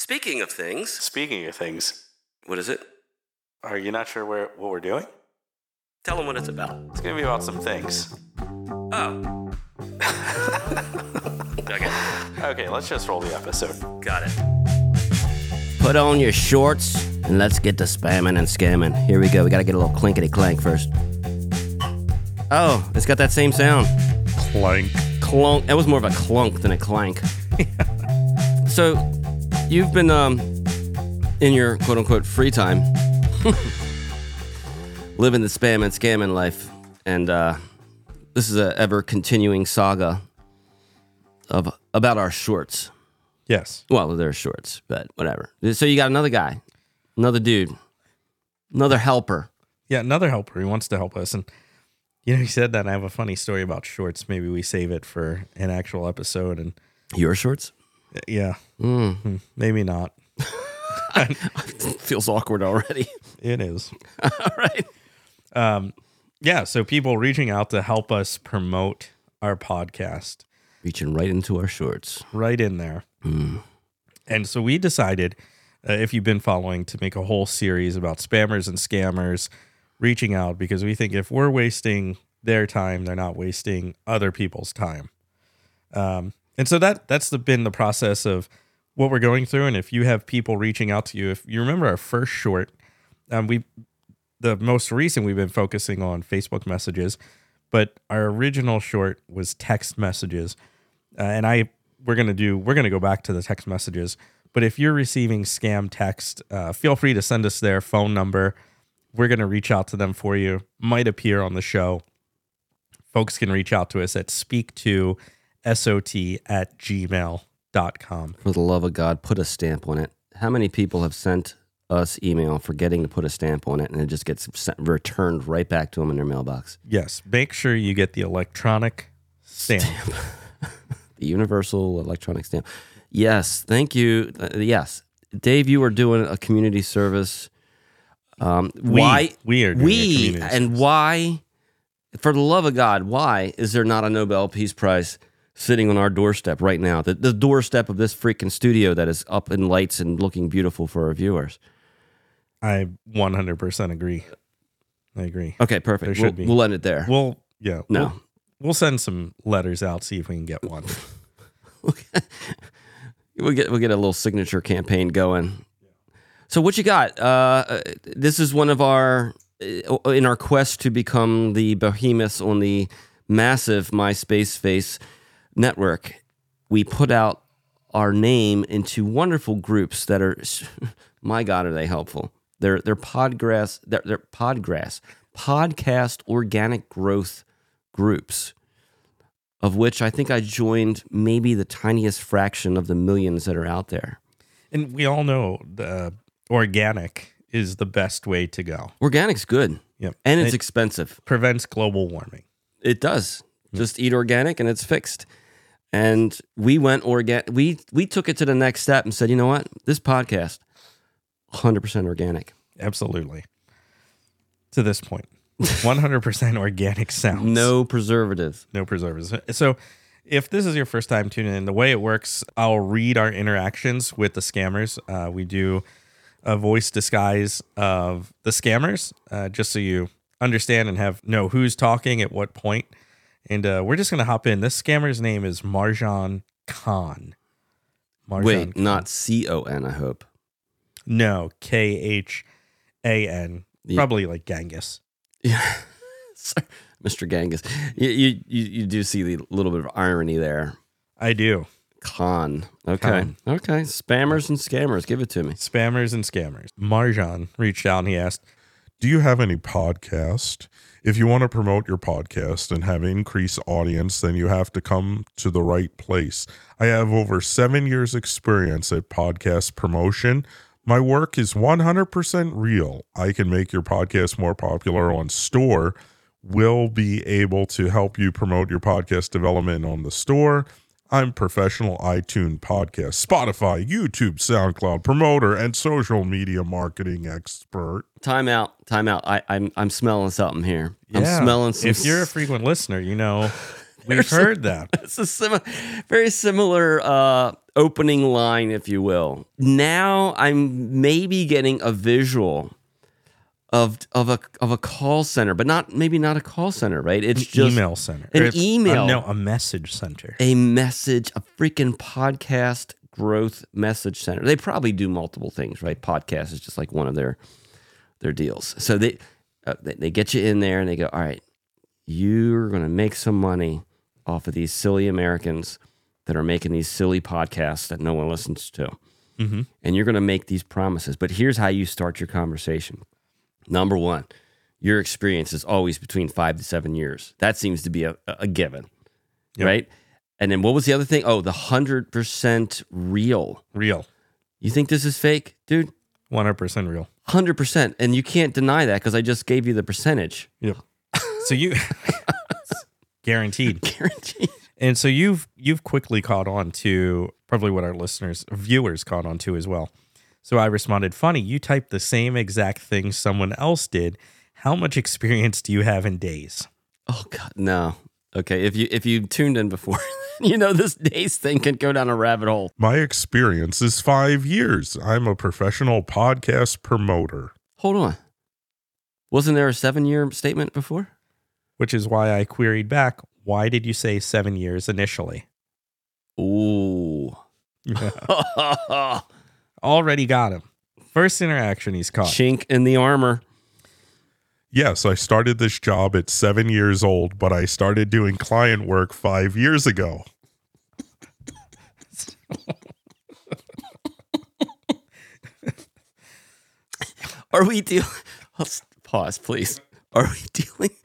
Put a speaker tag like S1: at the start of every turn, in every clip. S1: Speaking of things,
S2: Speaking of things,
S1: what is it?
S2: are you not sure where what we're doing?
S1: Tell them what it's about.
S2: It's gonna be about some things.
S1: Oh. okay.
S2: Okay, let's just roll the episode.
S1: Got it.
S3: Put on your shorts and let's get to spamming and scamming. Here we go. We gotta get a little clinkety clank first. Oh, it's got that same sound.
S4: Clank.
S3: Clunk. That was more of a clunk than a clank. so, you've been um, in your quote unquote free time living the spam and scamming life, and uh, this is a ever continuing saga of about our shorts.
S4: Yes.
S3: Well, they're shorts, but whatever. So you got another guy, another dude, another helper.
S4: Yeah, another helper. He wants to help us. And, you know, he said that. And I have a funny story about shorts. Maybe we save it for an actual episode. And,
S3: Your shorts?
S4: yeah, Hmm, maybe not.
S3: Feels awkward already.
S4: It is. Um,
S3: All right.
S4: Yeah. So people reaching out to help us promote our podcast.
S3: Reaching right into our shorts.
S4: right in there. And so we decided, uh, if you've been following, to make a whole series about spammers and scammers reaching out because we think if we're wasting their time, they're not wasting other people's time. Um, and so that that's the, been the process of what we're going through. And if you have people reaching out to you, if you remember our first short, um, we the most recent we've been focusing on Facebook messages, but our original short was text messages uh, and I we're gonna do we're gonna go back to the text messages. But if you're receiving scam text, uh, feel free to send us their phone number. We're gonna reach out to them for you. Might appear on the show. Folks can reach out to us at speak to sot at gmail.com.
S3: For the love of God, put a stamp on it. How many people have sent us email forgetting to put a stamp on it and it just gets sent, returned right back to them in their mailbox?
S4: Yes, make sure you get the electronic stamp.
S3: The universal electronic stamp. Yes. Thank you. Uh, yes. Dave, you are doing a community service. Um,
S4: We,
S3: why?
S4: we are doing a
S3: we
S4: community
S3: and why for the love of god why is there not a nobel peace prize sitting on our doorstep right now the, the doorstep of this freaking studio that is up in lights and looking beautiful for our viewers
S4: I 100% agree. I agree.
S3: okay perfect
S4: There should
S3: we'll,
S4: be.
S3: we'll end it there
S4: We'll yeah.
S3: No.
S4: We'll, we'll send some letters out, see if we can get one.
S3: we'll get we'll get a little signature campaign going. So what you got? Uh, uh, this is one of our uh, in our quest to become the behemoths on the massive MySpace face network. We put out our name into wonderful groups that are, my God, are they helpful? They're they're podgrass they're, they're podgrass podcast organic growth groups of which I think I joined maybe the tiniest fraction of the millions that are out there.
S4: And we all know the organic is the best way to go.
S3: Organic's good
S4: Yep.
S3: and it's
S4: it
S3: expensive.
S4: prevents global warming.
S3: It does. Just eat organic and it's fixed. And we went organic. We we took it to the next step and said, you know what? This podcast, 100% organic.
S4: Absolutely. To this point, 100% organic sounds.
S3: No preservatives.
S4: no preservatives. So, if this is your first time tuning in, the way it works, I'll read our interactions with the scammers. Uh, we do a voice disguise of the scammers, uh, just so you understand and have know who's talking at what point. And uh, we're just gonna hop in. This scammer's name is Marjan Khan. Marjan
S3: Wait, not C O N, I hope.
S4: no, K H A N, probably like Genghis.
S3: Yeah. Sorry, Mr. Gangus. You, you, you you do see the little bit of irony there.
S4: I do.
S3: Con. Okay.
S4: Con.
S3: Okay. Spammers and scammers. Give it to me.
S4: Spammers and scammers. Marjan reached out and he asked,
S5: Do you have any podcast? If you want to promote your podcast and have increased audience, then you have to come to the right place. I have over 7 years experience at podcast promotion. My work is 100% real. I can make your podcast more popular on store. Will be able to help you promote your podcast development on the store. I'm professional iTunes podcast, Spotify, YouTube, SoundCloud promoter and social media marketing expert.
S3: Time out. Time out. I, I'm I'm smelling something here. I'm
S4: Yeah.
S3: smelling some.
S4: If you're a frequent listener, you know We've heard that.
S3: It's a simi- very similar uh, opening line, if you will. Now I'm maybe getting a visual of of a of a call center, but not maybe not a call center, right? It's just
S4: email center.
S3: an
S4: Or it's- uh,
S3: email.
S4: no, a message center.
S3: a message, a freaking podcast growth message center. They probably do multiple things, right? Podcast is just like one of their their deals. So they uh, they- they get you in there and they go, "All right, you're going to make some money off of these silly Americans that are making these silly podcasts that no one listens to."
S4: Mhm.
S3: And you're going to make these promises. But here's how you start your conversation. Number 1, your experience is always between 5 to 7 years. That seems to be a, a given.
S4: Yep.
S3: Right? And then what was the other thing? Oh, the 100% real.
S4: Real.
S3: You think this is fake? Dude,
S4: 100% real.
S3: 100%. And you can't deny that because I just gave you the percentage.
S4: So you guaranteed.
S3: Guaranteed.
S4: And so you've you've quickly caught on to probably what our listeners viewers caught on to as well. So I responded, "Funny, you typed the same exact thing someone else did. How much experience do you have in days?"
S3: Oh god, no. Okay, if you if you tuned in before, you know this days thing can go down a rabbit hole.
S5: My experience is five years. I'm a professional podcast promoter.
S3: Hold on. Wasn't there a 7-year statement before?
S4: Which is why I queried back, "Why did you say 7 years initially?"
S3: Ooh.
S4: Already got him. First interaction he's caught.
S3: Chink in the armor.
S5: Yes, I started this job at seven years old, but I started doing client work five years ago.
S3: Are we dealing? Pause, please. Are we dealing?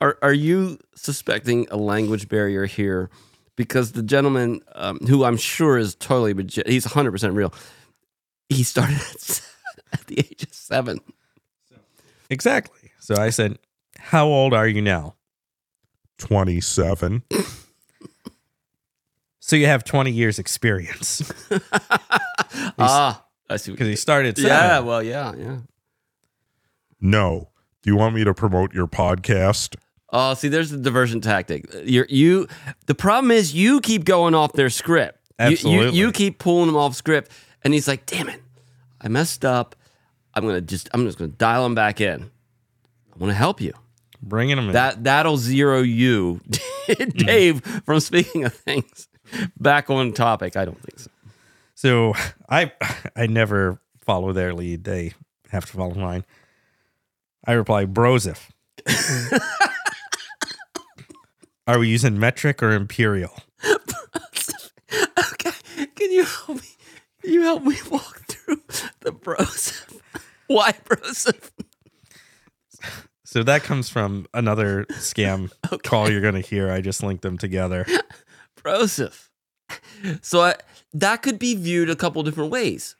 S3: Are Are you suspecting a language barrier here? Because the gentleman, um, who I'm sure is totally, bege- he's 100 percent real. He started at, s- at the age of seven.
S4: Exactly. So I said, "How old are you now?"
S5: 27.
S4: So you have 20 years experience
S3: ah, I see. what
S4: because
S3: you
S4: he started
S3: did.
S4: 7.
S3: yeah, well, yeah, yeah.
S5: No. Do you want me to promote your podcast?
S3: Oh, see, there's the diversion tactic. You're, you, the problem is you keep going off their script. You- You,
S4: Absolutely.
S3: you, keep pulling them off script, and he's like, "Damn it, I messed up. I'm gonna just, I'm just gonna dial them back in. I want to help you.
S4: Bringing him in.
S3: That that'll zero you, Dave, from speaking of things back on topic. I don't think so.
S4: So I I never follow their lead. They have to follow mine. I reply, Brosif. Are we using metric or imperial?
S3: okay, can you help me? Can you help me walk through the process? Why process?
S4: So that comes from another scam call you're gonna hear. I just linked them together.
S3: Broseph. So I, that could be viewed a couple different ways.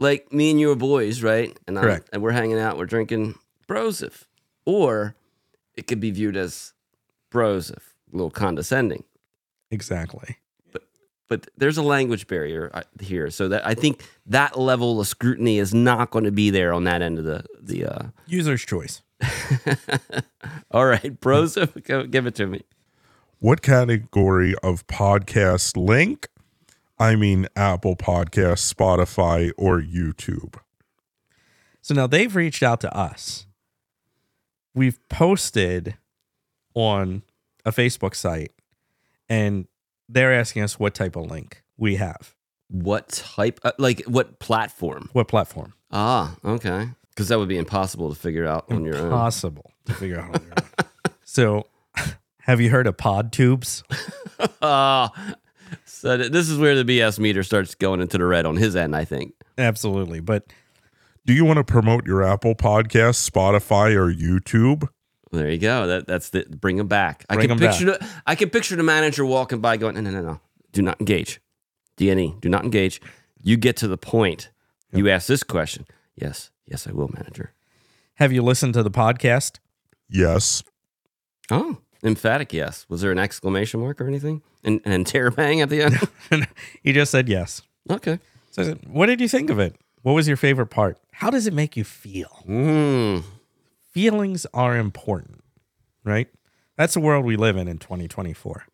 S3: Like me and you are boys, right? And I'm-
S4: Correct.
S3: and we're hanging out, we're drinking Broseph. Or it could be viewed as Broseph, a little condescending.
S4: Exactly.
S3: But there's a language barrier uh, here, so that I think that level of scrutiny is not going to be there on that end of the the. Uh...
S4: User's choice.
S3: All right, Broseph, go, give it to me.
S5: What category of podcast link? I mean, Apple Podcasts, Spotify, or YouTube.
S4: So now they've reached out to us. We've posted on a Facebook site and they're asking us what type of link we have,
S3: What type? Uh, like what platform?
S4: what platform.
S3: Ah, okay. Because that would be impossible to figure out on your own.
S4: Impossible to figure out on your own. So, have you heard of pod tubes?
S3: Ah, so th- this is where the BS meter starts going into the red on his end, I think.
S4: Absolutely. But
S5: Do you want to promote your Apple Podcasts, Spotify, or YouTube?
S3: There you go. That that's the bring him back. I
S4: Bring
S3: can
S4: 'em back.
S3: picture the I can picture the manager walking by going, no, no, no, no, do not engage, DNE, do not engage. You get to the point. You ask this question. Yes, yes, I will, manager.
S4: have you listened to the podcast?
S5: Yes.
S3: Oh, emphatic yes. Was there an exclamation mark or anything? And an interrobang at the end.
S4: he just said yes.
S3: okay.
S4: So, I said, what did you think of it? What was your favorite part? How does it make you feel?
S3: Mm.
S4: feelings are important, right? That's the world we live in in 2024.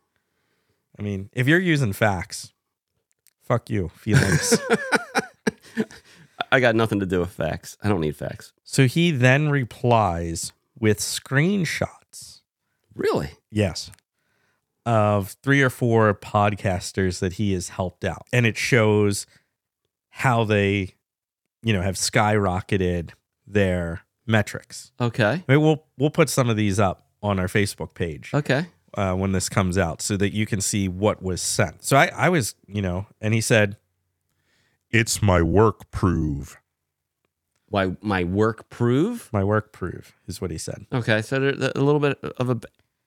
S4: I mean, if you're using facts, fuck you, feelings.
S3: I got nothing to do with facts. I don't need facts.
S4: so he then replies with screenshots.
S3: Really?
S4: Yes. Of three or four podcasters that he has helped out. And it shows how they, you know, have skyrocketed their metrics.
S3: Okay.
S4: I mean, we'll we'll put some of these up on our Facebook page
S3: Okay.
S4: uh, when this comes out so that you can see what was sent. So I, I was, you know, and he said,
S5: It's my work prove.
S3: Why my work prove?
S4: My work prove is what he said.
S3: Okay, so there, there- a little bit of a,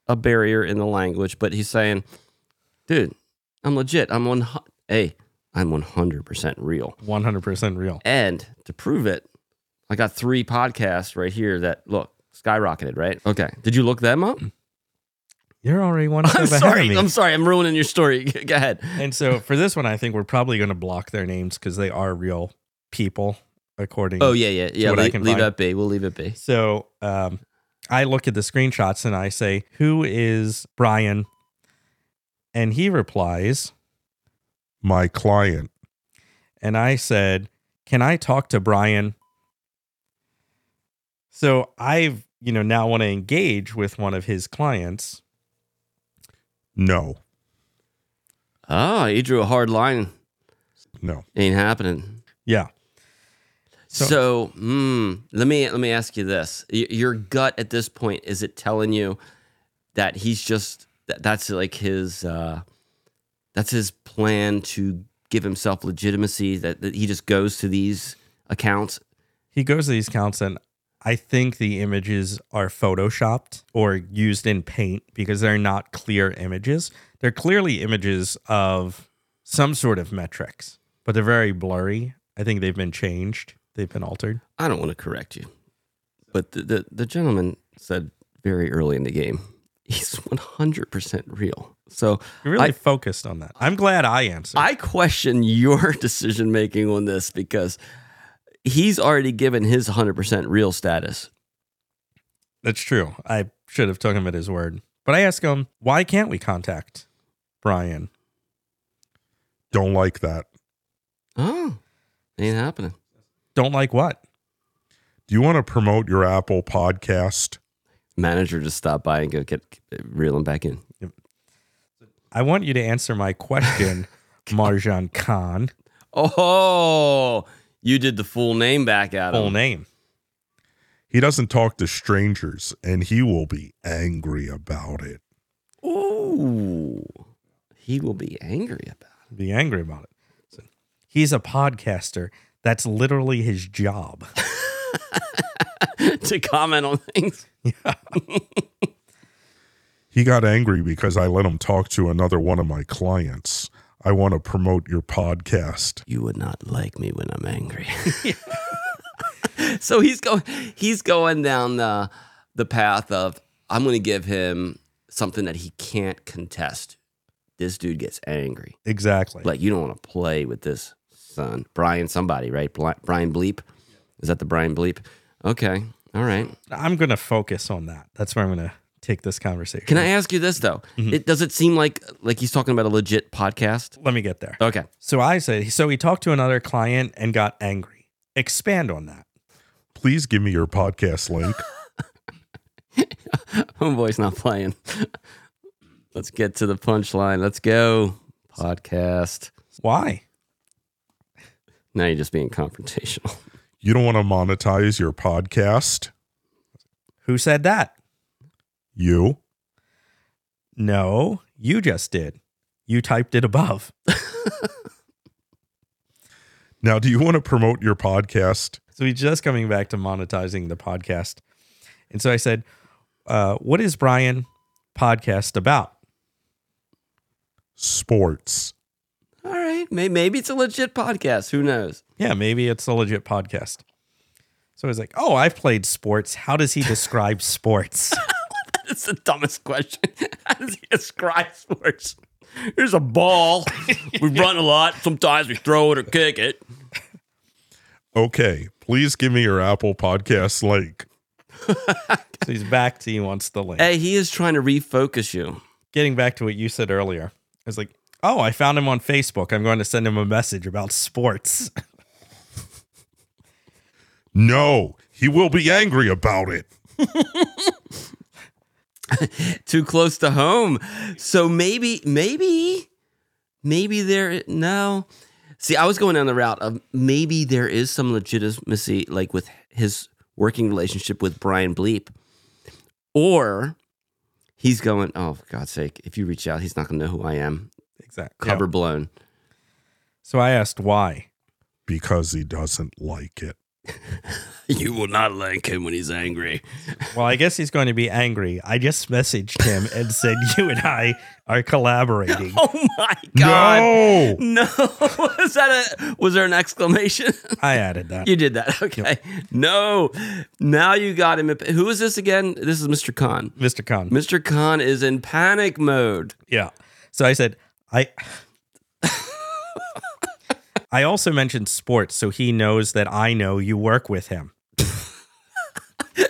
S3: a barrier in the language, but he's saying, "Dude, I'm legit. I'm one. hu- Hey, I'm 100 percent real."
S4: 100% real.
S3: And to prove it, I got three podcasts right here that look skyrocketed. Right? Okay. Did you look them up?
S4: You're already one step
S3: I'm
S4: Mm. ahead of
S3: sorry.
S4: me.
S3: I'm sorry. I'm ruining your story. Go ahead.
S4: and so for this one, I think we're probably going to block their names because they are real people, according.
S3: Oh yeah, yeah, yeah.
S4: what I
S3: leave
S4: can
S3: leave
S4: find.
S3: that be. We'll leave it be.
S4: So um, I look at the screenshots and I say, "Who is Brian?" And he replies,
S5: My client.
S4: and I said, "Can I talk to Brian?" So I've, you know, now want to engage with one of his clients.
S5: No,
S3: Oh, he drew a hard line.
S5: no.
S3: Ain't happening.
S4: Yeah.
S3: So,
S4: So-
S3: mm, let me let me ask you this: Y- Your gut at this point is it telling you that he's just that, that's like his uh, that's his plan to give himself legitimacy that, that he just goes to these accounts?
S4: He goes to these accounts and I think the images are photoshopped or used in paint because they're not clear images. They're clearly images of some sort of metrics, but they're very blurry. I think they've been changed. They've been altered.
S3: I don't want to correct you, but the the, the gentleman said very early in the game he's one hundred percent real. So
S4: You really
S3: I-
S4: focused on that. I'm glad I answered.
S3: I question your decision making on this because he's already given his 100% real status.
S4: That's true. I should have took him at his word. But I asked him, why can't we contact Brian?
S5: Don't like that.
S3: Oh, ain't happening.
S4: Don't like what?
S5: Do you want to promote your Apple podcast?
S3: Manager just stopped by and go get reel him back in.
S4: I want you to answer my question, Marjan Khan,
S3: Oh, you did the full name back out of
S4: full
S3: him.
S4: name.
S5: He doesn't talk to strangers and he will be angry about it.
S3: Ooh, he will be angry about it.
S4: Be angry about it. So, he's a podcaster. That's literally his job.
S3: to comment on things.
S5: He got angry because I let him talk to another one of my clients. I want to promote your podcast.
S3: you would not like me when I'm angry. so he's going he's going down the the path of I'm going to give him something that he can't contest. This dude gets angry.
S4: Exactly.
S3: Like you don't want to play with this son, Brian somebody, right? Bli- Brian Bleep. Is that the Brian Bleep? Okay. All right.
S4: I'm going to focus on that. That's where I'm going to take this conversation.
S3: Can I ask you this though? It does it seem like like he's talking about a legit podcast?
S4: Let me get there.
S3: Okay.
S4: So I said, so he talked to another client and got angry. Expand on that.
S5: Please give me your podcast link.
S3: Homeboy's not playing. Let's get to the punchline. Let's go. Podcast.
S4: Why?
S3: Now you're just being confrontational.
S5: You don't want to monetize your podcast?
S4: Who said that?
S5: You?
S4: No, you just did. You typed it above.
S5: Now, do you want to promote your podcast?
S4: So he's just coming back to monetizing the podcast. And so I said, uh, What is Brian podcast about?
S5: Sports.
S3: All right. May- Maybe it's a legit podcast. Who knows?
S4: Yeah, maybe it's a legit podcast. So he's like, Oh, I've played sports. How does he describe sports?
S3: It's the dumbest question. How does he describe sports? Here's a ball. We run a lot. Sometimes we throw it or kick it.
S5: Okay, please give me your Apple podcast link.
S4: So he's back to he wants the link.
S3: Hey, he is trying to refocus you.
S4: Getting back to what you said earlier, was like, oh, I found him on Facebook. I'm going to send him a message about sports.
S5: No, he will be angry about it.
S3: Too close to home. So maybe, maybe, maybe there. No. See, I was going down the route of maybe there is some legitimacy, like with his working relationship with Brian Bleep, or he's going. Oh, for God's sake! If you reach out, he's not going to know who I am.
S4: exactly.
S3: Cover blown.
S4: So I asked why.
S5: Because he doesn't like it.
S3: You will not like him when he's angry.
S4: Well, I guess he's going to be angry. I just messaged him and said, you and I are collaborating.
S3: Oh my God!
S5: No.
S3: No, was that a was there an exclamation?
S4: I added that.
S3: You did that. Okay. No. Now you got him. Who is this again? This is Mr. Khan.
S4: Mr. Khan.
S3: Mr. Khan is in panic mode.
S4: Yeah. So I said, I. I also mentioned sports, so he knows that I know you work with him.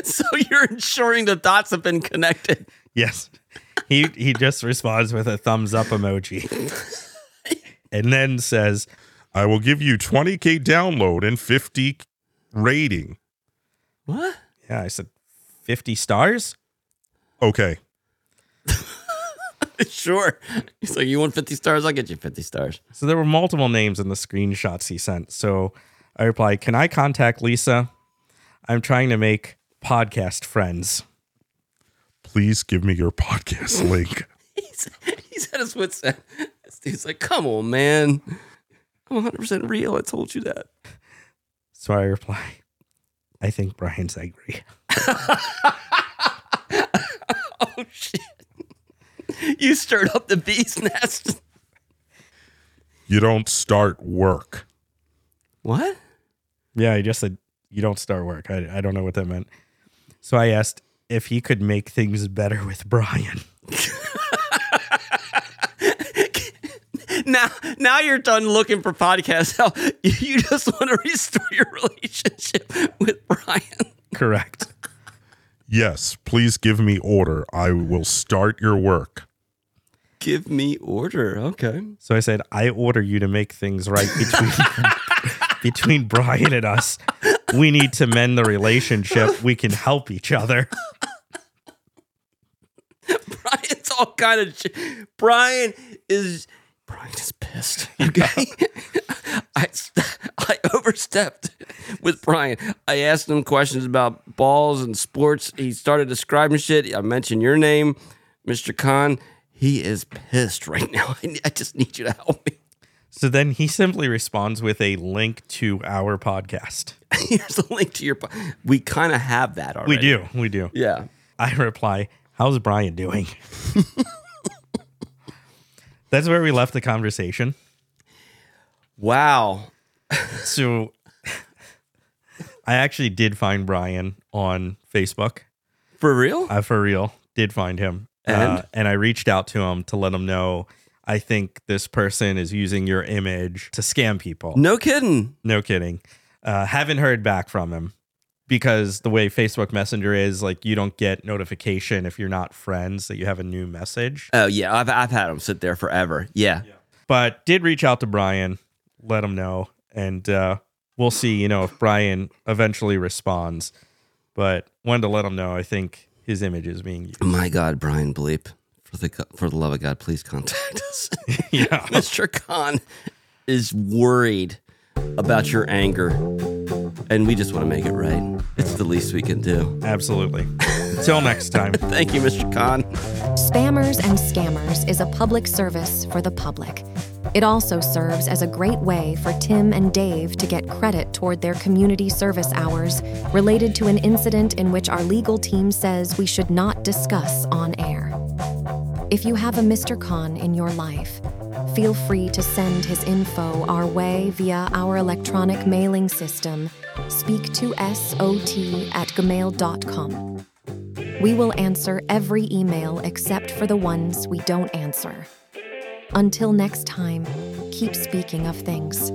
S3: So you're ensuring the dots have been connected.
S4: Yes. He he just responds with a thumbs up emoji. and then says,
S5: I will give you 20K download and 50 rating.
S3: What?
S4: Yeah, I said 50 stars?
S5: Okay.
S3: Sure. So you want 50 stars? I'll get you 50 stars.
S4: So there were multiple names in the screenshots he sent. So I replied, Can I contact Lisa? I'm trying to make podcast friends.
S5: Please give me your podcast link.
S3: He's, he's at his wits end. This dude's like, come on, man. I'm 100% real. I told you that.
S4: So I reply, I think Brian's angry.
S3: Oh, shit. You stirred up the bee's nest.
S5: You don't start work.
S3: What?
S4: Yeah, I just said, You don't start work. I, I don't know what that meant. So I asked if he could make things better with Brian.
S3: now now you're done looking for podcasts help. You just want to restore your relationship with Brian.
S4: Correct.
S5: Yes, please give me order. I will start your work.
S3: Give me order. Okay.
S4: So I said, I order you to make things right between between Brian and us. We need to mend the relationship. We can help each other.
S3: Brian's all kind of j- Brian is Brian is pissed. Okay. I st- I overstepped with Brian. I asked him questions about balls and sports. He started describing shit. I mentioned your name, Mr. Khan. He is pissed right now. I, ne- I just need you to help me.
S4: So then he simply responds with a link to our podcast.
S3: here's a link to your. po- We kind of have that already.
S4: We do. We do.
S3: Yeah.
S4: I reply, How's Brian doing? That's where we left the conversation.
S3: Wow.
S4: So I actually did find Brian on Facebook.
S3: For real?
S4: I for real did find him,
S3: And?
S4: uh, and I reached out to him to let him know I think this person is using your image to scam people. No,
S3: No kidding.
S4: kidding. Uh, haven't heard back from him because the way Facebook Messenger is, like you don't get notification if you're not friends that you have a new message.
S3: Oh yeah, I've I've had him sit there forever. Yeah.
S4: But did reach out to Brian, let him know, and uh, we'll see. You know if Brian eventually responds, but wanted to let him know I think his image is being used.
S3: My God, Brian Bleep, for the go- for the love of God, please contact us.
S4: yeah.
S3: Mr. Khan is worried about your anger, and we just want to make it right. It's the least we can do.
S4: Absolutely. Until next time.
S3: Thank you, Mr. Khan.
S6: Spammers and Scammers is a public service for the public. It also serves as a great way for Tim and Dave to get credit toward their community service hours related to an incident in which our legal team says we should not discuss on air. If you have a Mr. Khan in your life, feel free to send his info our way via our electronic mailing system, speak2sot at gmail.com. We will answer every email except for the ones we don't answer. Until next time, keep speaking of things.